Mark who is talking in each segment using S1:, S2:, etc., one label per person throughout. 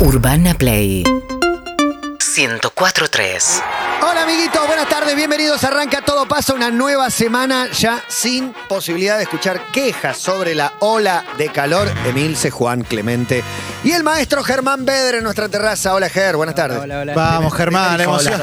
S1: Urbana Play 104.3
S2: Hola amiguitos, buenas tardes, bienvenidos. Arranca todo pasa una nueva semana ya sin posibilidad de escuchar quejas sobre la ola de calor. Emilce, Juan, Clemente y el maestro Germán Bedre en nuestra terraza. Hola Ger, buenas tardes.
S3: Hola, hola.
S4: Vamos, Germán, la emoción.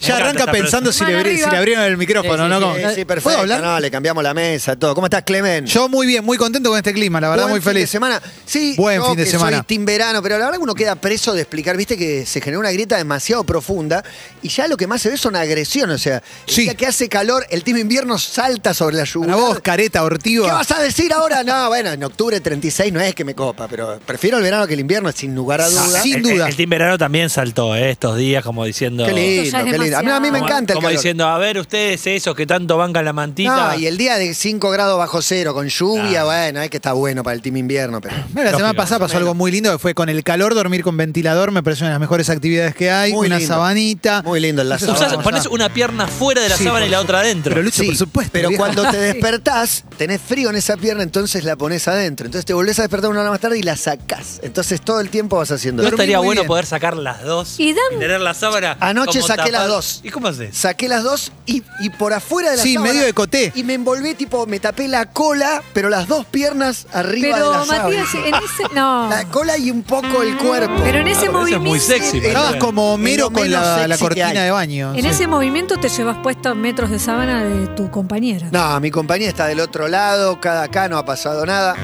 S4: Ya arranca pensando si le, abri- si le abrieron el micrófono, ¿no? Como-
S2: Sí, sí, perfecto.
S4: ¿Puedo hablar?
S2: No, le cambiamos la mesa, todo. ¿Cómo estás, Clemente?
S4: Yo muy bien, muy contento con este clima, la verdad,
S2: Buen
S4: muy
S2: fin de
S4: feliz.
S2: semana. Sí,
S4: Buen
S2: yo
S4: fin de
S2: que
S4: semana.
S2: Soy team verano, pero la verdad que uno queda preso de explicar, viste que se generó una grieta demasiado profunda y ya lo que más se ve son agresiones, o sea, el
S4: Sí.
S2: día que hace calor, el team invierno salta sobre la lluvia.
S4: Para vos, careta,
S2: ¿Qué
S4: ortiva.
S2: vas a decir ahora? No, bueno, en octubre 36 no es que me copa, pero prefiero el verano que el invierno, sin lugar a duda.
S4: Sin
S3: el,
S4: duda.
S3: El, el Team Verano también saltó eh, estos días, como diciendo.
S2: eh, Qué lindo,
S5: ya es
S2: qué lindo. A mí, a mí me
S3: como-
S2: encanta el
S3: Como
S2: calor.
S3: diciendo, a ver, ustedes esos que tanto bancan la mantita.
S2: No, y el día de 5 grados bajo cero con lluvia,
S3: Claro.
S2: bueno, es que está bueno para el team invierno, pero
S4: No, la semana
S3: Lógico.
S4: pasada pasó algo muy lindo que fue con el calor, dormir con ventilador, me parece una de las mejores actividades que hay.
S2: Muy
S4: una
S2: lindo.
S4: sabanita.
S2: muy lindo el
S4: Eso es
S2: lazo.
S3: Usás-
S4: Ah,
S3: ponés
S4: ya.
S3: una pierna fuera de la
S4: Sí,
S3: sábana y
S4: por
S3: la otra adentro.
S4: Pero Lucho, por supuesto.
S2: pero
S4: vieja.
S2: cuando te despertás, tenés frío en esa pierna, entonces la pones adentro. Entonces te volvés a despertar una hora más tarde y la sacás. Entonces todo el tiempo vas haciendo
S3: ¿No
S2: eso.
S3: estaría
S4: muy
S3: bueno
S4: bien.
S3: poder sacar las dos?
S5: Y dan-
S3: tener la sábana.
S2: Anoche
S3: como
S2: saqué las
S3: tapada?
S2: dos.
S3: ¿Y cómo haces?
S2: Saqué las dos y, y por afuera de la
S4: Sí,
S2: sábana,
S4: medio de coté.
S2: Y me envolví, tipo, me tapé la cola, pero las dos piernas arriba de la
S5: Pero
S2: sábana.
S5: Matías, en ese. No.
S2: La cola y un poco el cuerpo.
S5: Pero en
S3: Ah, pero eso
S5: ese
S3: es
S5: movimiento.
S3: muy sexy, pero-
S4: Estabas como Homero
S2: Es lo
S4: con
S2: menos
S4: la,
S2: sexy
S4: la
S2: que
S4: cortina
S2: hay.
S4: de baño.
S5: En
S4: sí.
S5: ese movimiento te llevas puesto metros de sábana de tu compañera.
S2: No, mi compañía está del otro lado, cada acá no ha pasado nada.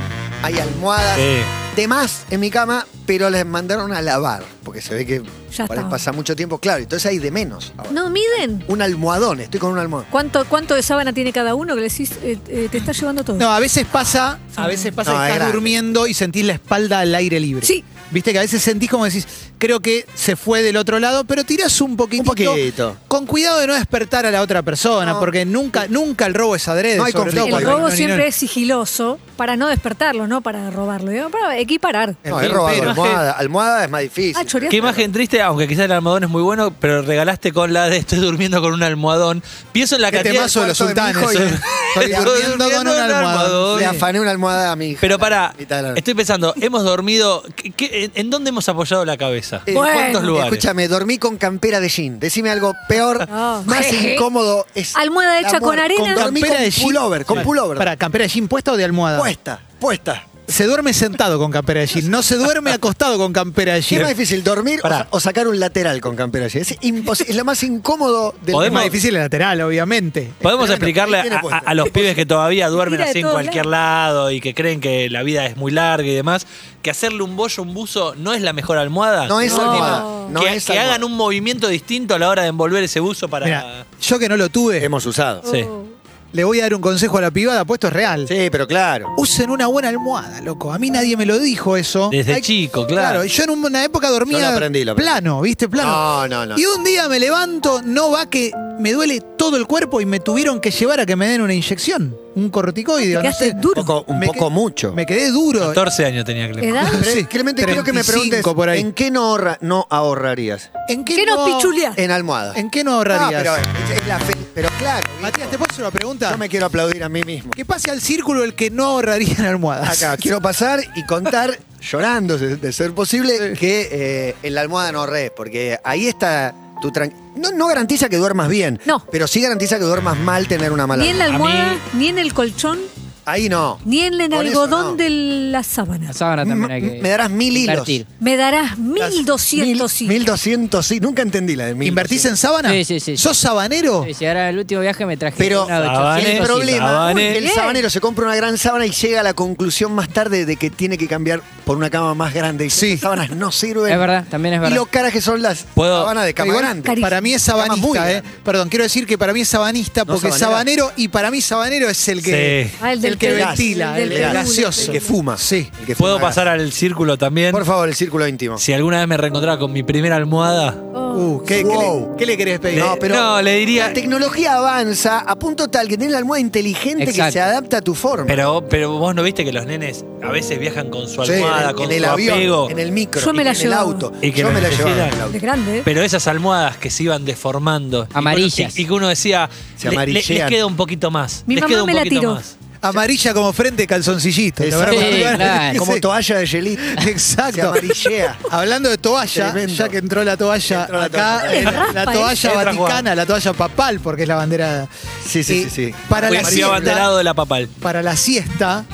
S2: Hay almohadas
S3: Sí.
S2: de más en mi cama, pero les mandaron a lavar, porque se ve que
S5: Ya
S2: para-
S5: está.
S2: pasa mucho tiempo, claro, entonces hay de menos. ahora.
S5: No, miden.
S2: Un almohadón, estoy con un almohadón.
S5: ¿Cuánto, ¿Cuánto de sábana tiene cada uno? Que le decís, eh, eh, te está llevando todo.
S4: No, a veces pasa, a veces pasa
S2: No,
S4: que
S2: es
S4: estás
S2: grave.
S4: durmiendo y sentís la espalda al aire libre.
S5: Sí.
S4: Viste que a veces sentís como decís, creo que se fue del otro lado, pero tirás un poquitito.
S2: Un poquito.
S4: Con cuidado de no despertar a la otra persona,
S2: No.
S4: porque nunca, nunca el robo es adrede.
S2: No hay
S4: sobre todo
S2: conflicto.
S5: El
S4: cuando-
S5: robo
S4: no, ni- no,
S5: siempre
S4: ni-
S5: es sigiloso para no despertarlo, no para robarlo. Digo, Para equiparar.
S4: El
S2: No, he
S4: fin,
S2: robado
S4: pero-
S2: almohada. Almohada es más difícil.
S5: Ah, choreaste.
S3: Qué imagen triste, aunque quizás el almohadón es muy bueno, pero regalaste con la de estoy durmiendo con un almohadón. Pienso en la
S4: Qué
S3: cantidad
S4: temazo Este de los
S2: cuarto de mi
S4: sultanes.
S2: hijo y-
S4: eh. Estoy
S3: Estoy
S4: durmiendo con un
S3: durmiendo en un
S4: almohadón.
S3: almohadón.
S2: Le
S4: Sí.
S2: afané una almohada a mi hija.
S3: Pero pará,
S2: Mitad de la noche.
S3: estoy pensando, hemos dormido. ¿qué- qué- en- ¿En dónde hemos apoyado la cabeza?
S2: Eh,
S3: ¿En cuántos
S5: bueno,
S3: lugares?
S2: Escúchame, dormí con campera de jean. Decime algo peor,
S5: No.
S2: más incómodo. Es
S5: Ah. Almohada
S2: la
S5: hecha con
S2: muerte.
S5: arena.
S2: dormí
S4: Campera
S2: con
S4: de jean.
S2: pullover, con
S4: Pará,
S2: pullover.
S4: Pará, ¿campera de jean puesta o de almohada?
S2: Puesta, puesta.
S4: Se duerme sentado con campera de jean, no se duerme acostado con campera de
S2: ¿Qué es
S4: jean.
S2: más difícil, dormir o
S3: Pará.
S2: sa- o, sacar un lateral con campera de jean? Es, impos- es lo más incómodo del
S4: Es
S3: Podemos-
S4: más difícil el lateral, obviamente.
S3: Podemos
S2: Bueno,
S3: explicarle
S2: ahí tiene
S3: a, a-
S2: puesto.
S3: a los pibes que todavía duermen
S5: Tira de
S3: así en
S5: todos
S3: cualquier lado y que creen que la vida es muy larga y demás, que hacerle un bollo, un buzo, no es la mejor almohada.
S2: No es
S3: De última,
S2: almohada, no
S3: que
S2: es
S3: que
S2: almohada.
S3: hagan un movimiento distinto a la hora de envolver ese buzo para.
S4: Mira, yo que no lo tuve,
S2: Hemos usado.
S3: Sí.
S5: Oh.
S4: le voy a dar un consejo a la pibada, puesto es real.
S2: Sí, pero claro.
S4: Usen una buena almohada, loco. A mí nadie me lo dijo eso.
S3: Desde chico, claro.
S4: Yo en una época dormía
S2: Yo lo aprendí, lo aprendí.
S4: plano, ¿viste? Plano.
S2: No, no, no.
S4: Y un día me levanto, no va que me duele todo el cuerpo y me tuvieron que llevar a que me den una inyección, un corticoide.
S5: Te
S4: o no
S5: quedaste
S4: sé.
S2: Un
S5: duro.
S2: poco, un
S4: Me
S2: poco
S4: que-
S2: mucho.
S4: Me quedé duro.
S3: 14 años tenía Clemente.
S5: ¿Edad?
S2: Pero,
S4: Sí,
S2: Clemente, quiero que me
S4: 35
S2: preguntes,
S4: por ahí.
S2: ¿en qué no, ahorra- no ahorrarías?
S4: ¿En qué,
S5: ¿Qué
S4: no,
S5: nos pichuleás?
S2: En almohada.
S4: ¿En qué no
S2: No,
S4: ahorrarías?
S2: pero, es- es la fe- pero claro.
S4: Matías, te puedo hacer una pregunta.
S2: Yo me quiero aplaudir a mí mismo.
S4: Que pase al círculo el que no ahorraría en almohadas.
S2: Acá, quiero pasar y contar, llorando de, de ser posible, que eh, en la almohada no res, porque ahí está tu tran- No, no garantiza que duermas bien,
S5: No.
S2: pero sí garantiza que duermas mal tener una mala.
S5: Ni en la
S3: A mí-
S5: almohada, ni en el colchón,
S2: Ahí no.
S5: ni en el
S2: Por eso
S5: algodón
S2: no.
S5: de las sábanas.
S6: La sábana también hay
S2: M-
S6: que.
S2: Me darás mil hilos.
S6: invertir.
S5: Me darás
S2: Las-
S5: 1200
S2: mil-
S5: hilos.
S2: 1200 sí. Nunca entendí la de mil.
S4: ¿Invertís en sábana?
S6: Sí, sí, sí.
S4: ¿Sos sabanero?
S6: Sí, Si ahora el último viaje me traje
S2: Pero
S6: una de
S3: Sabane-
S2: el
S6: 800 hilos.
S2: problema es
S3: Sabane.
S2: que el
S5: Bien.
S2: sabanero se compra una gran sábana y llega a la conclusión más tarde de que tiene que cambiar por una cama más grande. Y
S4: Sí.
S2: esas sábanas no sirven.
S6: Es verdad, también es
S2: Y
S6: verdad.
S2: lo caras que son las
S3: Puedo-
S2: sábanas de cama
S4: Igual,
S2: grande.
S5: Cari-
S4: Para mí es
S2: Cama muy
S4: sabanista, ¿eh?
S2: grande.
S4: Perdón, quiero decir que para mí es sabanista
S2: ¿No
S4: porque
S2: sabanera?
S4: sabanero y para mí sabanero es el que
S3: Sí.
S5: Ah, el del
S4: que
S5: Perú,
S4: ventila,
S5: el
S4: el,
S5: del
S4: el
S5: Perú,
S4: gaseoso,
S5: el
S2: que fuma.
S4: Sí.
S2: El que
S3: ¿Puedo
S2: fuma
S3: pasar
S2: gas.
S3: al círculo también?
S2: Por favor, el círculo íntimo.
S3: Si alguna vez me reencontraba con mi primera almohada,
S5: Oh.
S4: Uh, ¿qué, qué le-
S2: Wow.
S4: qué le, querés pedir?
S3: le-
S2: No, pero-
S3: no, le diría.
S2: La tecnología avanza a punto tal que tenés la almohada inteligente que
S6: Exacto.
S2: se adapta a tu forma.
S3: Pero, pero vos no viste que los nenes a veces viajan con su
S2: Sí,
S3: almohada,
S2: en,
S3: con
S2: en el
S3: su
S2: avión,
S3: apego.
S2: en el micro,
S5: Yo me
S2: y
S5: la
S2: en el
S5: llevaba.
S2: auto.
S3: Y que
S2: Yo
S3: lo
S2: me la llevaba en
S3: necesitan.
S2: el auto.
S5: Es grande, ¿eh?
S3: Pero esas almohadas que se iban deformando. y que uno-
S6: Amarillas.
S3: Y que uno decía,
S2: Se
S3: le- le- les
S2: amarillean.
S3: queda un poquito más.
S5: Mi
S3: les
S5: mamá
S3: queda un
S5: me la
S3: poquito
S5: tiró.
S3: más.
S4: amarilla como frente calzoncillito. la
S2: Exacto.
S4: verdad,
S1: Sí,
S4: cuando-
S1: claro.
S2: Como
S4: Sí.
S2: toalla de gelito. Se
S4: Exacto.
S2: amarillea.
S4: Hablando de toalla,
S2: Tremendo.
S4: ya que entró la toalla
S2: Entró la
S4: acá,
S2: toalla.
S4: eh, la,
S5: Raspa, eh.
S4: toalla
S3: Entra,
S4: vaticana,
S3: Juan.
S4: la toalla papal, porque es la bandera.
S2: Sí, sí,
S4: Eh,
S2: sí, sí.
S4: Para
S3: Fui
S4: la,
S3: fui
S4: siesta,
S3: abanderado de la papal.
S4: para la siesta,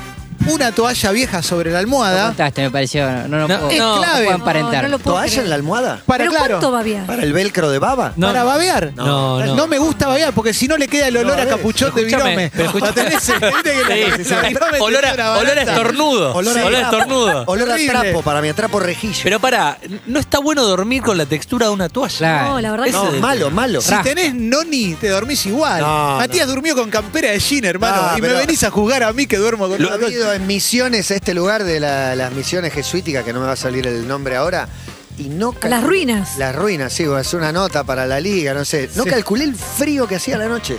S4: una toalla vieja sobre la almohada.
S1: Contaste, me pareció. No, no,
S3: No,
S1: puedo-
S4: es
S1: no
S4: clave.
S1: puedo
S4: No,
S1: emparentar.
S5: no lo puedo
S2: ¿Toalla
S5: creer.
S2: en la almohada?
S4: Para
S5: ¿Pero
S4: claro.
S5: cuánto va bien?
S2: ¿Para el velcro de baba?
S3: No.
S4: para babear.
S3: No, no.
S4: me gusta babear porque si no le queda el olor
S2: No,
S4: a
S2: es.
S4: capuchón de
S3: Escúchame,
S4: virome.
S3: pero escucha-
S4: La tenés, eh, ¿viste que la-
S3: Sí,
S4: la virome
S3: olor,
S4: te tira
S3: a,
S4: una
S3: olor a
S4: barata?
S3: estornudo. Olor
S2: a
S3: a
S2: trapo.
S3: estornudo.
S2: Olor a
S4: Horrible.
S2: trapo para mí, a trapo rejilla.
S3: Pero pará, no está bueno dormir con la textura de una toalla.
S1: Claro.
S5: No, la verdad
S3: Ah, Ese
S2: no,
S3: de-
S2: malo, malo.
S4: Si tenés noni, te dormís igual.
S2: No,
S4: Matías durmió con campera de jean, hermano.
S3: Ah,
S2: No,
S4: y me
S2: pero-
S4: venís a jugar a mí que duermo con
S2: Lo
S4: una
S2: he
S4: toalla.
S2: ido en misiones a este lugar de la- las misiones jesuíticas, que no me va a salir el nombre ahora. Y no cal-
S5: las ruinas.
S2: Las ruinas, sí, es una nota para la liga, no sé. No
S4: Sí.
S2: calculé el frío que hacía la noche.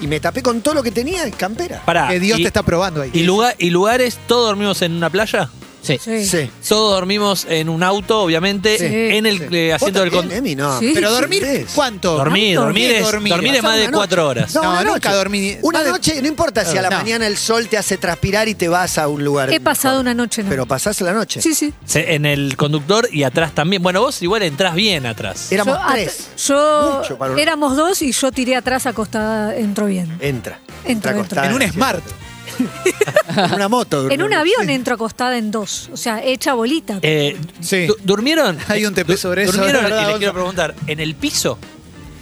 S2: Y me tapé con todo lo que tenía en campera.
S3: Pará.
S4: Que Dios
S3: y,
S4: te está probando ahí.
S3: y lugar- ¿Y lugares? ¿Todos dormimos en una playa?
S1: Sí.
S5: Sí.
S2: Sí.
S3: Todos dormimos en un auto, obviamente,
S5: Sí.
S3: en el eh,
S2: ¿Vos
S3: asiento del...
S2: también,
S3: con-
S2: Emi? No.
S5: Sí.
S4: Pero dormir, ¿cuánto?
S3: Dormir,
S5: ¿Cuánto?
S3: dormir es,
S4: Dormir.
S3: dormir es más
S2: Pasar
S3: de
S2: una
S3: cuatro
S2: noche.
S3: horas.
S4: No,
S2: una noche.
S4: nunca dormí.
S2: Una
S4: Más de-
S2: noche, no importa si a la
S4: No.
S2: mañana el sol te hace transpirar y te vas a un lugar.
S5: He pasado una noche, ¿no?
S2: Pero pasás la noche.
S5: sí, sí.
S3: Se- en el conductor y atrás también. Bueno, vos igual entrás bien atrás.
S2: Éramos
S5: yo, at-
S2: tres.
S5: Yo
S2: Mucho para un- Eh,
S5: éramos dos y yo tiré atrás acostada, entró bien.
S2: Entra.
S5: Entro, entro.
S2: acostada.
S4: En un smart.
S2: En una moto.
S5: En
S2: durmió.
S5: un avión entro acostada en dos, o sea, hecha bolita.
S3: Eh,
S4: Sí.
S3: du- ¿Durmieron?
S4: Hay un TP
S3: du-
S4: sobre eso, la
S3: ¿Durmieron? Y
S4: verdad,
S3: les
S4: Gonza.
S3: quiero preguntar, ¿en el piso?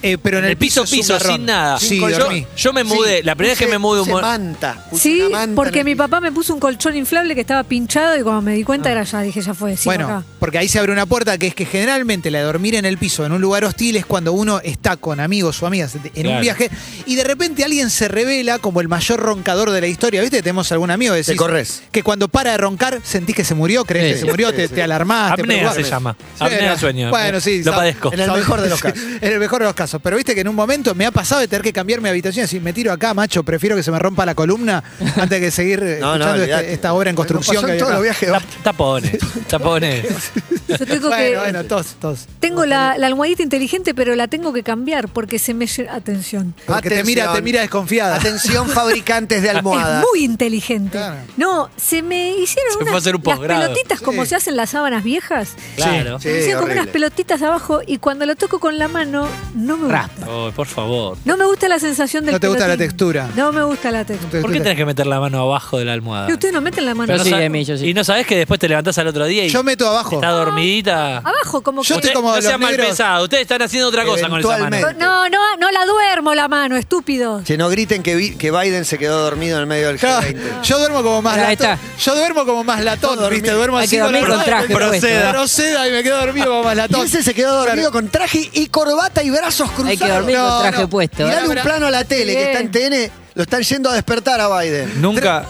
S4: Eh, pero en,
S3: En el piso,
S4: es un
S3: piso,
S4: garrón.
S3: sin nada.
S4: Sí,
S2: Con-
S3: yo-
S4: dormí.
S3: Yo me mudé, la primera vez que
S2: puse-
S3: me mudé un
S2: puse
S3: mo-
S2: manta. puse
S5: sí,
S2: una manta
S5: porque
S2: en
S5: mi
S2: el-
S5: papá me puso un colchón inflable que estaba pinchado y cuando me di
S2: Ah.
S5: cuenta era ya, dije, ya fue. sigo
S4: bueno,
S5: acá.
S4: porque ahí se abre una puerta que es que generalmente la de dormir en el piso, en un lugar hostil, es cuando uno está con amigos o amigas en un
S3: Claro.
S4: viaje y de repente alguien se revela como el mayor roncador de la historia. ¿Viste? Tenemos algún amigo que decís-
S2: Te corres.
S4: que cuando para de roncar sentís que se murió, crees
S1: Sí.
S4: que se murió, te, te alarmás. te
S3: Apnea
S4: preocupás.
S3: se llama. Apnea de sueño.
S4: Bueno, sí.
S3: Lo
S4: sab-
S3: padezco.
S2: En el
S4: sab-
S2: mejor de los casos.
S4: en el mejor de los casos. Pero viste que en un momento me ha pasado de tener que cambiar mi habitación. Si me tiro acá, macho, prefiero que se me rompa la columna antes que seguir eh,
S2: No, no,
S4: escuchando este-
S2: olvidate.
S4: esta obra en
S2: Nos pasó
S4: construcción.
S2: en
S4: que había
S2: todos
S4: acá.
S2: los viajes.
S3: Tap- Tapones, tapones.
S5: Yo tengo que...
S4: Bueno, bueno, todos, todos.
S5: Tengo la, la almohadita inteligente, pero la tengo que cambiar porque se me llena. Atención.
S4: Porque te mira, te mira desconfiada.
S2: Atención, fabricantes de almohadas.
S5: Es muy inteligente.
S4: Claro.
S5: No, se me hicieron
S3: Se fue
S5: unas
S3: a hacer un
S5: las
S3: posgrado.
S5: pelotitas como se hacen las sábanas viejas.
S3: Claro.
S2: Sí,
S5: se me hicieron como
S2: horrible.
S5: unas pelotitas abajo y cuando lo toco con la mano no me gusta.
S1: Raspa.
S3: Oh, por favor.
S5: No me gusta la sensación del
S4: No te gusta la
S5: pelotín.
S4: textura.
S5: No me gusta la textura.
S3: ¿Por qué tenés que meter la mano abajo de la almohada?
S5: Y ustedes no meten la mano
S1: Pero
S5: abajo.
S1: sí,
S3: sabe-
S1: Emi, yo sí.
S3: Y no sabés que después te levantás al otro día y
S4: Yo meto abajo.
S3: está dormidita.
S5: abajo, como
S4: Yo
S5: que.
S4: estoy como
S3: no
S4: los
S3: sean mal
S4: negros.
S3: pensados. Ustedes están haciendo otra cosa con esa mano.
S2: Eventualmente.
S5: No, no, no la duermo la mano, estúpido.
S2: Que no griten que, vi- que Biden se quedó dormido en el medio del
S4: Claro,
S2: G20.
S4: yo duermo como más
S1: Ahí
S4: latón.
S1: está.
S4: Yo duermo como más latón,
S2: dormir.
S4: ¿viste? Duermo
S1: Hay
S4: así
S1: que
S4: con la
S1: dormir con traje
S4: Proceda.
S1: puesto.
S4: Proceda y me quedo dormido como más latón.
S2: Ese se quedó dormido con traje y corbata y brazos cruzados.
S1: Hay que dormir
S4: No,
S1: con traje
S4: no.
S1: puesto.
S2: Mirale un
S4: Ahora-
S2: plano a la tele que está en TN. Lo están yendo a despertar a Biden.
S3: Nunca,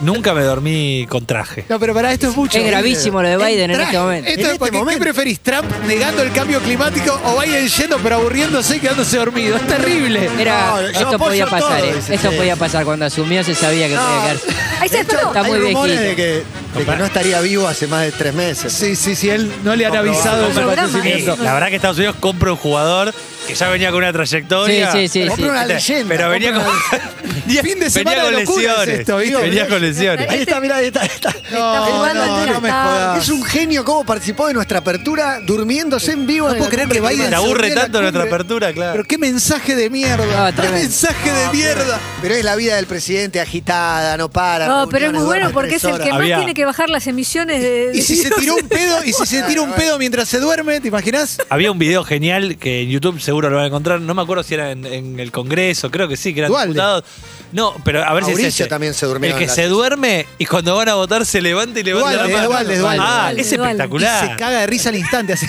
S3: nunca me dormí con traje.
S4: No, pero para esto es mucho.
S1: Es gravísimo lo de Biden en
S2: traje.
S1: este momento.
S4: Esto
S2: En
S4: es
S2: este
S4: porque, ¿Qué
S2: momento.
S4: preferís? ¿Trump negando el cambio climático o Biden yendo pero aburriéndose y quedándose dormido? Es terrible.
S1: Era,
S2: No, yo
S1: esto
S2: apoyo
S1: podía pasar,
S2: todo,
S1: eh.
S2: dice,
S1: Esto
S2: sí.
S1: podía pasar. Cuando asumió se sabía que podía quedarse.
S5: Ahí se
S2: De hecho,
S5: despertó.
S1: Está
S2: hay
S1: muy
S2: rumores de
S1: viejito.
S2: que, de que no estaría vivo hace más de tres meses.
S4: Sí, sí, sí, él no le han avisado
S5: no,
S4: de su
S5: no, no,
S4: fallecimiento.
S5: no, no.
S3: la verdad que Estados Unidos compra un jugador que ya venía con una trayectoria. Este,
S1: Sí, sí, sí,
S2: Compra
S1: sí.
S2: una leyenda.
S3: Pero venía
S2: compra
S3: con,
S2: una-
S4: Fin de semana
S3: venía con
S4: de locura es
S3: lesiones.
S4: esto, ¿viste?
S3: venía con lesiones.
S2: Ahí está, mirá, ahí está. ahí está.
S5: Está
S4: No,
S5: jugando Ah,
S4: no,
S5: entera.
S4: no me
S5: Está-
S4: jodas.
S2: Es un genio cómo participó de nuestra apertura durmiéndose en vivo.
S4: No
S2: en la
S4: puedo creer que
S2: cumbre
S4: Biden
S3: Te
S2: climática.
S3: aburre
S4: se olvida
S3: tanto
S4: la
S3: nuestra
S4: cumbre.
S3: apertura, claro.
S4: Pero qué mensaje de mierda.
S1: Ah,
S4: qué
S1: tremendo.
S4: mensaje de mierda.
S2: Pero es la vida del presidente agitada, no para.
S5: No, pero es
S2: reuniones,
S5: muy bueno
S2: duerme
S5: porque es
S2: tres
S5: el que
S2: horas.
S5: más
S3: Había-
S5: tiene que bajar las emisiones de.
S4: Y si se
S5: de-
S4: tiró un pedo, y si se tira un pedo mientras se duerme, ¿te imaginas?
S3: Había un video genial que en YouTube seguro lo van a encontrar. No me acuerdo si era en, en el Congreso, creo que sí, que eran
S4: Dualde.
S3: diputados. No, pero a ver si
S2: Mauricio
S3: es ese.
S2: también se durmió
S3: El que
S2: en la
S3: se
S2: silla.
S3: duerme y cuando van a votar se levanta y levanta
S4: Dualde,
S3: la mano.
S4: Dualde, Dualde,
S3: ah,
S5: Dualde,
S3: es
S5: Dualde.
S3: espectacular.
S4: Y se caga de risa al instante. Así.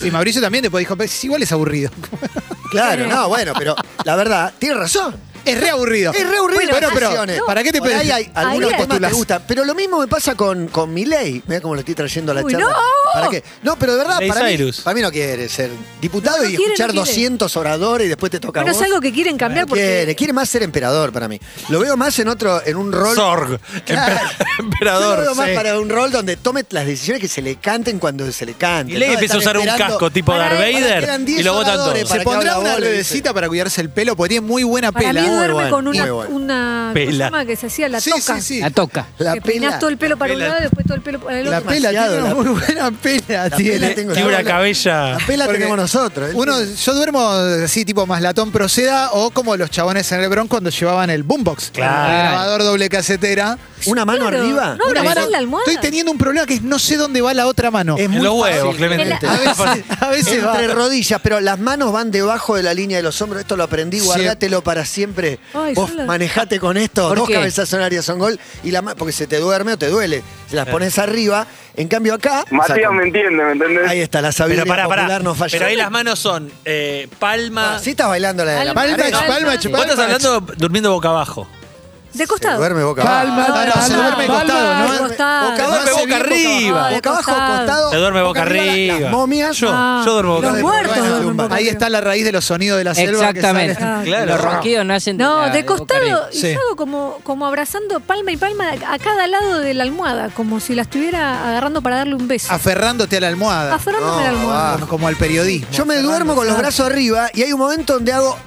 S4: Sí, Mauricio también te dijo, "Pues, igual es aburrido.
S2: Ah, Claro, no, bueno, pero la verdad, tiene razón.
S4: Es re aburrido.
S2: Es re aburrido.
S4: Bueno, pero,
S2: Acciones.
S4: ¿para qué te
S2: Por ahí
S4: pedís?
S2: hay algunos
S5: Ahí hay-
S2: temas que te gustan. Pero lo mismo me pasa con, con Milei. Mira cómo lo estoy trayendo a la
S5: Uy,
S2: charla.
S5: no.
S2: ¿Para qué? No, pero de verdad,
S3: Milei
S2: para mí,
S3: Cyrus.
S2: para mí no quiere ser diputado
S5: No, no
S2: y
S5: quiere, no
S2: escuchar
S5: quiere.
S2: 200 oradores y después te toca
S5: Bueno,
S2: a
S5: es
S2: vos.
S5: algo que quieren cambiar porque.
S2: Quiere, quiere más ser emperador para mí. Lo veo más en otro, en un rol.
S3: Zorg,
S2: Claro.
S3: empe-
S2: Yo lo veo
S3: emperador.
S2: más
S3: sí.
S2: para un rol donde tome las decisiones que se le canten cuando se le canten.
S3: Y Ley
S2: ¿no?
S3: empieza a
S2: Estar
S3: usar un
S2: esperando-
S3: casco tipo
S5: Pará,
S3: Darth
S5: pará,
S3: Vader
S2: quedan
S3: y
S2: 10
S3: lo botan
S2: oradores,
S3: todos.
S4: Se
S2: para que
S4: pondrá
S2: habla
S4: una
S2: vos, le dice.
S4: redecita para cuidarse el pelo, porque tiene muy buena
S5: Para
S4: pela.
S5: mí
S2: Muy
S5: duerme
S2: bueno,
S5: con una,
S2: muy bueno.
S5: una ¿cómo se
S3: Pela.
S5: llama que se hacía la
S4: Sí,
S5: toca.
S4: sí, sí.
S1: La toca.
S2: La
S5: que peinás
S2: pela.
S5: todo el pelo para
S3: pela.
S5: un lado y después todo el pelo para el
S4: La
S5: otro.
S4: pela
S2: Demasiado,
S4: tiene una
S2: la-
S4: muy buena pela.
S2: La
S4: tiene.
S2: pela tengo
S3: Tiene una
S2: Habla-
S3: cabella.
S2: La pela
S4: Porque
S2: tenemos nosotros. ¿eh?
S4: Uno, yo duermo así, tipo más latón proceda, o como los chabones en el Bronx cuando llevaban el boombox.
S3: Claro.
S4: El grabador doble casetera.
S5: Ah,
S2: una mano
S5: Claro,
S2: arriba.
S5: No,
S4: Una
S5: abrazás
S4: mano-
S5: la almohada.
S4: Estoy teniendo un problema que es no sé dónde va la otra mano.
S2: Es
S3: En
S2: muy
S3: los huevos,
S2: fácil.
S3: Clemente.
S4: A veces, a veces va.
S2: Entre rodillas, pero las manos van debajo de la línea de los hombros. Esto lo aprendí,
S4: Sí.
S2: guardátelo para siempre.
S5: Ay,
S2: Vos
S5: yo la-
S2: manejate con esto,
S1: ¿Por
S2: dos
S1: qué?
S2: cabezas son área son gol, y la ma- porque se te duerme o te duele. Se
S3: Eh.
S2: las pones arriba, en cambio acá.
S6: Matías
S2: saca-
S6: me entiende, ¿me entendés?
S2: Ahí está, la sabiduría
S3: Pero pará, pará.
S2: popular no falla.
S3: Pero ahí las manos son eh, palma.
S2: Ah, Sí estás bailando la de la
S5: Palma,
S2: pared.
S5: palma,
S4: palma,
S3: Vos estás hablando durmiendo boca abajo.
S5: De
S2: Se
S5: costado.
S2: duerme boca
S4: Palma,
S2: abajo.
S4: Ah, no, se
S5: palma,
S4: duerme de costado, ¿no?
S5: de costado.
S2: Boca
S3: duerme
S2: abajo,
S3: boca arriba.
S5: de
S2: Boca abajo,
S5: costado.
S2: costado.
S3: Se duerme boca
S2: la-
S3: arriba.
S2: Las momias.
S3: Yo,
S5: Ah.
S3: yo duermo boca
S5: Los
S2: de-
S3: arriba.
S5: muertos
S2: bueno,
S5: duermen
S2: lumbar.
S5: boca
S4: Ahí
S5: arriba.
S4: está la raíz de los sonidos de la selva. que
S1: Exactamente.
S4: salen.
S3: Claro.
S1: Los ronquidos nacen de
S5: No,
S1: la-
S5: de
S1: boca
S5: costado.
S1: arriba.
S5: Y
S4: Sí.
S5: yo hago como, como abrazando palma y palma a cada lado de la almohada, como si la estuviera agarrando para darle un beso.
S4: Aferrándote a la almohada. Ah,
S5: Aferrándome
S2: No,
S5: a la almohada.
S2: va.
S4: Como- Como al periodismo.
S2: Yo me duermo con los brazos arriba y hay un momento donde hago.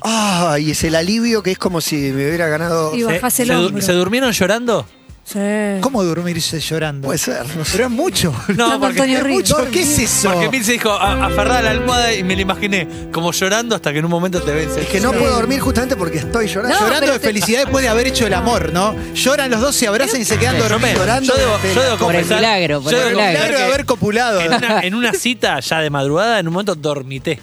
S2: ¡Ay! es el alivio que es como si me hubiera ganado.
S5: Y
S3: ¿Se,
S5: bajás el
S3: se du-
S5: hombro.
S3: se durmieron llorando?
S5: Sí.
S4: ¿Cómo dormirse llorando?
S2: Puede ser, no sé.
S4: Pero es mucho.
S5: Tanto Antonio Ríos.
S4: mucho. ¿Qué es eso?
S3: Porque Pil se dijo, a- aferrá a la almohada y me la imaginé como llorando hasta que en un momento te vence.
S2: Es que no puedo dormir justamente porque estoy llorando.
S5: No,
S4: Llorando
S5: pero
S4: de
S5: te-
S4: felicidad después de haber hecho el amor, ¿no? Lloran los dos, se abrazan y se quedan
S3: Yo, me-
S4: dormidos.
S2: llorando
S3: yo debo,
S2: de
S3: yo debo
S2: la-
S1: Por el
S3: confesar-
S1: milagro, por
S3: yo
S1: el
S3: debo
S1: milagro.
S3: confesar
S4: Claro, de
S3: que
S4: haber copulado.
S3: en, una, en una cita ya de madrugada, en un momento dormité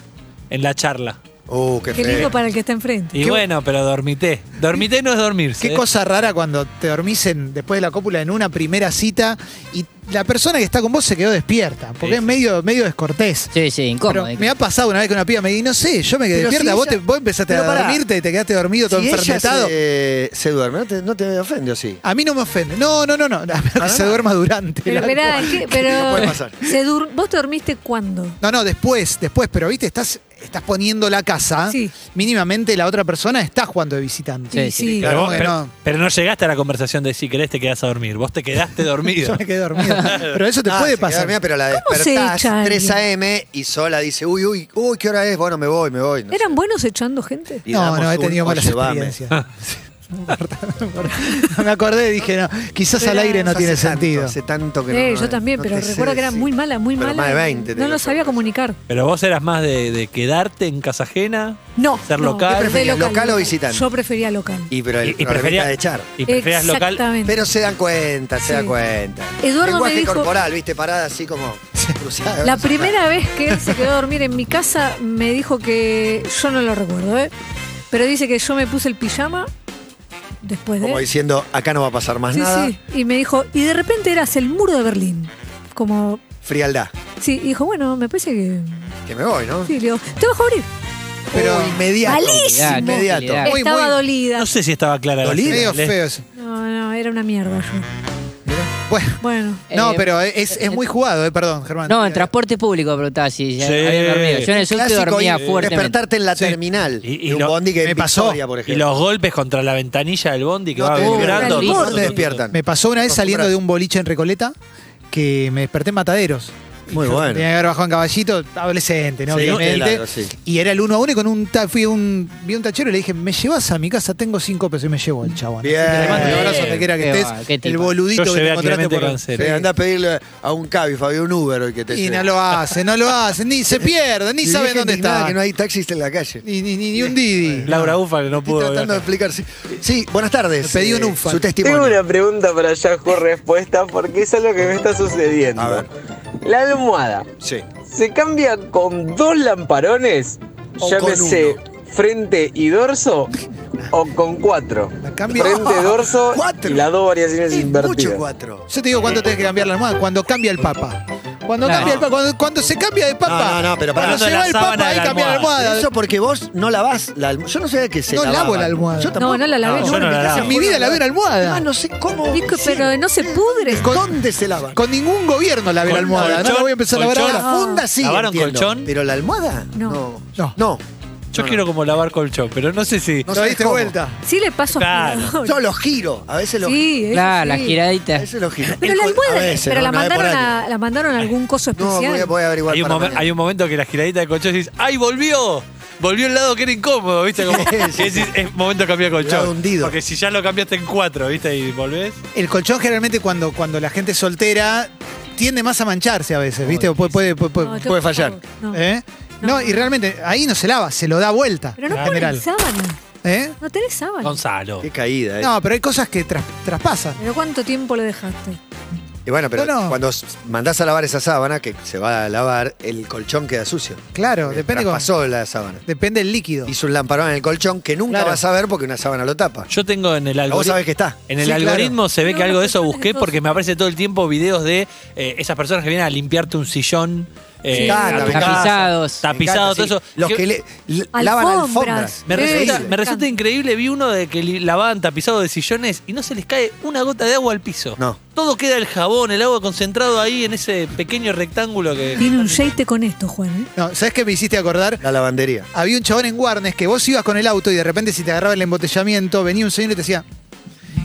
S3: en la charla.
S2: Uh, qué,
S5: Qué
S2: feo.
S5: lindo para el que está enfrente.
S3: Y bueno, pero dormité. Dormité no es dormirse.
S4: Qué
S3: ¿eh?
S4: cosa rara cuando te dormís en- después de la cópula en una primera cita y la persona que está con vos se quedó despierta, porque
S3: Sí.
S4: es medio, medio descortés.
S1: Sí, sí, incómodo.
S4: Pero me ha pasado una vez que una piba me dijo, no sé, yo me quedé
S2: Pero
S4: despierta,
S2: si
S4: vos,
S2: ella-
S4: te- vos empezaste a
S2: Pero pará.
S4: dormirte y te quedaste dormido todo
S2: Si ella
S4: enfermetado.
S2: se, se duerme, no te, no te ofende o sí.
S4: A mí no me ofende. No, no, no, no. A menos que se duerma durante.
S5: Pero
S4: la-
S5: esperá, es que-
S2: No puede
S5: pero
S2: pasar.
S5: se dur- ¿vos te dormiste cuándo?
S4: No, no, después, después, pero viste, estás, estás poniendo la casa.
S5: Sí.
S4: Mínimamente la otra persona está jugando de visitante.
S1: Sí, sí,
S3: Pero,
S5: sí.
S4: Claro,
S3: vos-
S4: que
S3: Oh, pero-
S4: no.
S3: pero no llegaste a la conversación de si querés te quedás a dormir. Vos te quedaste dormido.
S4: Yo me quedé dormido. Pero eso te
S2: Ah,
S4: puede
S2: se queda
S4: pasar.
S2: dormida, pero la
S5: ¿Cómo se
S2: despertás
S5: echa
S2: 3 a.m. y sola dice, uy, uy, uy, ¿qué hora es? Bueno, me voy, me voy. No,
S5: ¿Eran buenos echando gente?
S2: Y
S4: No,
S2: damos
S4: no, he
S2: un,
S4: tenido malas
S2: "Oye, vame".
S4: experiencias. No importa, no importa. No me acordé y dije, no, quizás al aire no
S2: Hace
S4: tiene
S2: tanto,
S4: sentido.
S2: Hace tanto que no-
S5: Eh,
S2: no-
S5: yo también,
S2: no
S5: pero
S2: te sé
S5: recuerdo que era
S2: decir.
S5: muy mala, muy
S2: Pero
S5: mala.
S2: más de
S5: y
S2: 20
S5: no
S2: tenía
S5: lo sabía
S2: yo.
S5: comunicar.
S3: Pero vos eras más de, de quedarte en casa ajena.
S5: No.
S3: Ser
S5: no,
S3: local.
S5: de
S3: ¿Qué
S2: preferías, local o visitante?
S5: Yo prefería local.
S2: Y pero el
S3: Y- y
S2: problemita
S3: prefería-
S2: de echar.
S3: Y preferías local.
S5: Exactamente.
S2: Pero se dan cuenta, se
S5: Sí.
S2: dan cuenta.
S5: Eduardo me
S2: Lenguaje
S5: dijo-
S2: corporal, viste, parada así como cruzada.
S5: La primera vez que él se quedó a dormir en mi casa me dijo que yo no lo recuerdo, ¿eh? Pero dice que yo me puse el pijama después de
S2: Como diciendo, acá no va a pasar más
S5: Sí,
S2: nada.
S5: sí, y me dijo, y de repente eras el muro de Berlín. Como
S2: Frialdad.
S5: sí, y dijo, bueno, me parece que
S2: Que me voy, ¿no?
S5: sí, le digo, te vas a abrir.
S2: Pero inmediato.
S5: Malísimo.
S2: Inmediato.
S1: Muy,
S5: Estaba
S4: muy-
S5: dolida.
S3: No sé si estaba clara la
S4: Medio
S3: señal, ¿eh?
S4: feo eso.
S5: No, no, era una mierda yo.
S4: Bueno,
S5: Bueno,
S4: no,
S1: Eh,
S4: pero es, es muy jugado, eh, perdón, Germán.
S1: No, en transporte público preguntaba si ya
S3: Sí.
S1: había dormido. Yo en el subte
S2: Clásico
S1: dormía
S2: ir-
S1: fuertemente.
S2: despertarte en la terminal.
S3: Y- y
S2: de un
S3: lo-
S2: bondi que
S4: me
S2: en
S4: pasó.
S2: Victoria, por
S3: Y
S2: ejemplo.
S3: los golpes contra la ventanilla del bondi que
S2: No
S3: va
S2: te
S3: vibrando.
S5: despiertan.
S3: todo,
S5: No
S3: todo,
S5: te
S3: todo.
S2: despiertan.
S4: Me pasó una vez saliendo de un boliche en Recoleta que me desperté en Mataderos.
S2: Muy
S4: Yo
S2: bueno.
S4: Tenía que haber bajado en caballito, adolescente, ¿no?
S2: Sí,
S4: Obviamente.
S2: claro, sí.
S4: Y era el uno a uno y con un ta- fui a un, vi un tachero y le dije, ¿me llevas a mi casa? Tengo cinco pesos y me llevó el chabón.
S2: Bien.
S4: Así que le mando un abrazo donde quiera que
S1: Qué
S4: estés.
S1: va, qué tipo.
S4: el boludito
S3: Yo
S4: que
S3: llevé
S4: te
S3: a
S4: encontraste
S3: Clemente
S4: por
S3: Cancel.
S2: Sí, andá a pedirle a un Cabi, Fabio, un Uber hoy que te
S4: Y
S2: lleve.
S4: no lo hace, no lo hace, ni se pierde, ni
S2: Mi
S4: saben
S2: vieja
S4: dónde
S2: indignada
S4: está.
S2: que no hay taxis en la calle.
S4: Ni, ni, ni- ni un Didi.
S3: Laura Ufa que no
S2: Estoy
S3: pudo.
S2: tratando de
S3: viajar.
S2: explicar. Sí, Sí, buenas tardes.
S4: Pedí un
S2: Eh,
S4: Ufa.
S2: Su
S6: Tengo
S2: testimonio.
S6: una pregunta para ya con respuesta porque es algo que me está sucediendo.
S2: A ver.
S6: La almohada
S2: Sí.
S6: se cambia con dos lamparones,
S2: O
S6: llámese frente y dorso, o con cuatro.
S4: La cambia-
S6: Frente, dorso
S2: Cuatro.
S6: y las dos variaciones
S2: Es mucho
S6: invertidas.
S2: cuatro.
S4: Yo te digo cuándo tenés que cambiar la almohada, cuando cambia el papa. Cuando
S1: Claro.
S4: cambia el papa, cuando, cuando se cambia de papa.
S2: No, no, no, pero pará.
S4: cuando se
S3: Hablando de
S4: va
S3: la
S4: el papa
S3: sábana de
S4: ahí
S3: la
S4: cambia la
S3: almohada.
S4: almohada.
S2: Eso porque vos no lavás la almohada. Yo no sabía que se
S4: No lavo
S2: lavaba.
S4: la almohada.
S2: Yo tampoco.
S5: No, no la lavé,
S3: No, yo no la
S2: me
S3: lavo.
S4: En mi vida lavé una almohada.
S2: Además, no sé cómo.
S5: Dico, pero
S2: hicieron.
S5: no se pudre.
S2: ¿Dónde se lava?
S4: Con ningún gobierno lavé la
S3: Con
S4: almohada. no
S3: colchón,
S4: la voy a empezar a lavar
S3: colchón.
S4: ahora.
S2: La funda sí.
S3: ¿Lavaron
S2: entiendo.
S3: colchón?
S2: Pero la almohada.
S5: No.
S4: No.
S2: No.
S3: Yo quiero como lavar colchón, pero no sé si.
S2: No
S4: Lo
S2: sabés
S4: diste
S2: cómo.
S4: vuelta.
S5: sí le paso
S3: Claro.
S5: aspirador.
S2: Yo los giro. A veces los
S5: Sí, eso
S1: Claro,
S5: sí.
S1: las
S2: A
S1: giraditas.
S2: veces los giro.
S5: Pero
S2: El
S5: la
S2: col-
S5: almohada,
S2: a veces,
S5: pero la
S2: una vez por
S5: mandaron
S2: año.
S5: a la mandaron a algún coso
S2: No,
S5: especial.
S2: voy a, voy a averiguar.
S3: Hay un,
S2: para
S3: momen-
S2: mañana.
S3: hay un momento que la giradita de colchón dices, ¡ay, volvió! volvió al lado que era incómodo, ¿viste? Como,
S2: Sí, sí,
S3: que decís, es momento de cambiar
S2: Lado
S3: colchón.
S2: hundido.
S3: Porque si ya lo cambiaste en cuatro, ¿viste? Y volvés.
S4: El colchón generalmente cuando, cuando la gente es soltera tiende más a mancharse a veces, ¿viste? O puede, puede, puede- puede-
S5: No, yo-
S2: puede fallar.
S5: No.
S4: ¿eh?
S5: No.
S4: No, y realmente ahí no se lava, se lo da vuelta.
S5: Pero no
S4: en
S5: ponen
S4: general.
S5: sábana.
S4: ¿Eh?
S5: No tenés sábana.
S3: Gonzalo.
S2: Qué caída, ¿eh?
S4: No, pero hay cosas que tras- traspasan.
S5: ¿Pero cuánto tiempo le dejaste?
S2: Y bueno, pero
S4: No, no.
S2: cuando s- mandás a lavar esa sábana, que se va a lavar, el colchón queda sucio.
S4: Claro,
S2: eh,
S4: Pues depende con-
S2: Pasó la sábana.
S4: depende del líquido.
S2: Hizo un lamparón en el colchón que nunca
S4: Claro.
S2: vas a ver porque una sábana lo tapa.
S3: Yo tengo en el
S2: Pero Vos
S3: algoritmo.
S2: sabés que está.
S3: En el
S4: Sí, claro.
S3: algoritmo se ve
S5: Pero
S3: que algo de
S5: los
S3: eso
S5: colchones
S3: busqué
S5: todos-
S3: porque me aparece todo el tiempo videos de eh, esas personas que vienen a limpiarte un sillón. eh,
S5: Sí.
S3: a tu
S2: me encanta.
S3: casa,
S1: Tapizados.
S2: Me
S3: Tapizado,
S2: encanta,
S3: todo
S2: sí.
S3: eso.
S2: Los
S3: Que-
S2: que le- l- lavan alfombras.
S5: Alfombras.
S3: me
S5: Sí.
S3: resulta,
S5: Sí.
S3: me resulta increíble, vi uno de que li- lavaban tapizado de sillones y no se les cae una gota de agua al piso.
S2: No.
S3: Todo queda el jabón, el agua concentrado ahí en ese pequeño rectángulo que...
S5: Tiene un jeite con esto, Juan. ¿eh?
S4: No, ¿sabes qué me hiciste acordar?
S2: La lavandería.
S4: Había un chabón en Warnes que vos ibas con el auto y de repente si te agarraba el embotellamiento, venía un señor y te decía.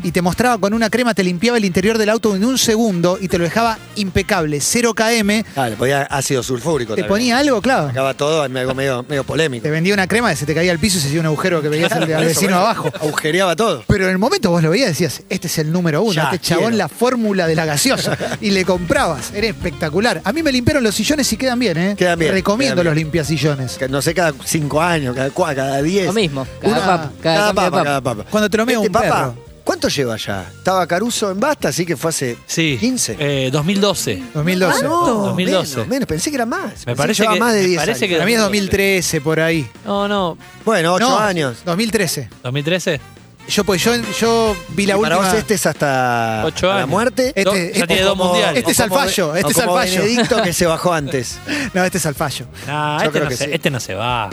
S4: Y te mostraba con una crema, te limpiaba el interior del auto en un segundo y te lo dejaba impecable, 0 km.
S2: Ah, le ponía ácido sulfúrico.
S4: Te
S2: tal vez.
S4: ponía algo, claro.
S2: Acaba todo en algo medio, medio polémico.
S4: Te vendía una crema que se te caía al piso y se hacía un agujero que veías al- al vecino abajo.
S2: Agujereaba todo.
S4: Pero en el momento vos lo veías y decías, este es el número uno,
S2: Ya,
S4: este chabón
S2: quiero.
S4: la fórmula de la gaseosa. y le comprabas, era espectacular. A mí me limpiaron los sillones y quedan bien, ¿eh?
S2: Quedan bien,
S4: Recomiendo
S2: quedan bien.
S4: los limpiasillones.
S2: Que No sé, cada cinco años, cada cuatro, cada diez.
S1: Lo mismo. Cada
S4: Una-
S1: papa. Cada,
S2: Cada,
S1: cambio de
S2: papa,
S1: papa.
S2: cada papa.
S4: Cuando te lo mea
S2: Este
S4: un
S2: papá,
S4: perro.
S2: ¿Cuánto lleva ya? Estaba Caruso en Basta, así que fue hace
S3: Sí.
S2: 15.
S3: Eh, 2012.
S4: 2012.
S2: No,
S3: 2012.
S2: Menos, menos, pensé que era más.
S3: Me
S2: Pensé
S3: parece
S2: llevaba
S3: que-
S2: más de
S3: me
S2: 10
S3: parece
S2: años.
S4: Para mí es 2013, por ahí.
S3: No, no.
S2: Bueno, 8
S4: No,
S2: años.
S4: 2013.
S3: 2013.
S4: Yo, pues, yo, yo vi la
S2: Y para
S4: última.
S2: vos este es hasta hasta
S3: Ocho
S2: la
S3: años.
S2: muerte.
S4: Este-
S3: Do- ya
S4: este-
S3: tiene
S2: O
S3: dos
S2: como-
S3: mundiales.
S4: Este es
S2: o como-
S4: al fallo, este
S2: o
S4: es al
S2: como
S4: fallo.
S2: Benedicto que se bajó antes.
S4: No, este es al fallo.
S3: Ah,
S2: Yo
S3: este
S2: creo
S3: no,
S2: que
S3: se,
S2: sí.
S3: este no se baja.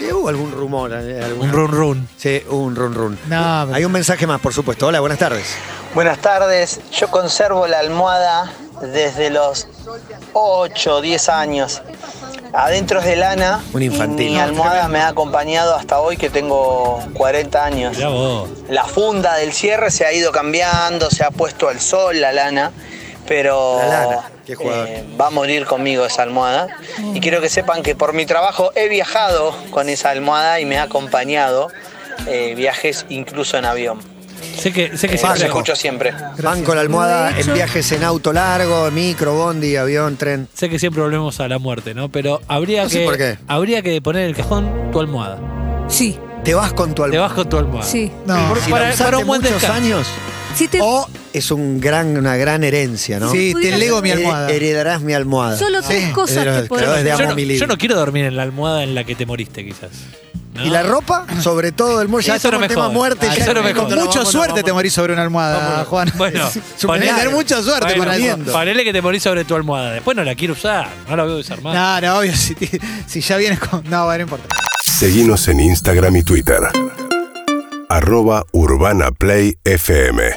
S2: Sí, hubo algún rumor. eh, alguna-
S3: Un run run.
S2: Sí, un run run.
S4: No, pero-
S2: Hay un mensaje más, por supuesto. Hola, buenas tardes.
S7: Buenas tardes, yo conservo la almohada desde los 8 o 10 años. Adentro es de lana
S2: Un infantil.
S7: y mi almohada me ha acompañado hasta hoy que tengo 40 años.
S3: Mirá vos.
S7: La funda del cierre se ha ido cambiando, se ha puesto al sol la lana, pero
S2: La lana, qué jugador.
S7: Ah, eh, va a morir conmigo esa almohada. Y quiero que sepan que por mi trabajo he viajado con esa almohada y me ha acompañado eh, viajes incluso en avión.
S3: Sé que, sé que
S7: Eh, los
S3: siempre,
S2: Banco.
S7: escucho siempre.
S2: Van con la almohada
S5: De hecho-
S2: en viajes en auto largo, micro, bondi, avión, tren.
S3: sé que siempre volvemos a la muerte, ¿no? Pero habría
S2: No
S3: que
S2: sé por qué.
S3: habría que poner en el cajón tu almohada.
S5: Sí,
S2: Te vas con tu
S3: Te
S2: almohada.
S3: vas con tu almohada.
S5: sí.
S4: No.
S3: Por-
S2: Si
S3: para-
S2: la usaste
S3: para un buen
S2: muchos
S3: descanso.
S2: años.
S5: Si te-
S2: O es un gran, una gran herencia, ¿no?
S4: Sí, te
S5: Pudiera-
S4: lego mi
S2: Hered-
S4: almohada.
S2: Heredarás mi almohada.
S5: Solo
S2: No.
S5: tres cosas
S2: Pero-
S5: te
S2: pero es de
S5: podés.
S2: amo
S3: Yo no,
S2: mi
S3: yo
S2: libro.
S3: no quiero dormir en la almohada en la que te moriste, quizás. ¿no?
S2: ¿Y la ropa? Sobre todo el muerto. Ya
S3: Eso no
S2: estamos
S3: me
S2: en tema
S3: jode.
S2: muerte.
S3: Ah,
S2: ya
S3: eso no me
S2: cuando
S4: Con
S3: jode.
S2: nos
S4: mucha
S2: vamos, nos
S4: suerte
S2: vamos.
S4: te morís sobre una almohada,
S2: Vámonos.
S4: Juan.
S3: Bueno,
S4: Tenés
S3: ponele-
S4: que tener mucha suerte
S3: Bueno,
S4: para eso.
S2: viendo.
S3: Ponele que te morís sobre tu almohada. Después no la quiero usar. No la voy a usar más.
S4: No, no, obvio, si, ti- si ya vienes con... No, bueno, no importa.
S8: Seguinos en Instagram y Twitter. Arroba Urbana Play FM.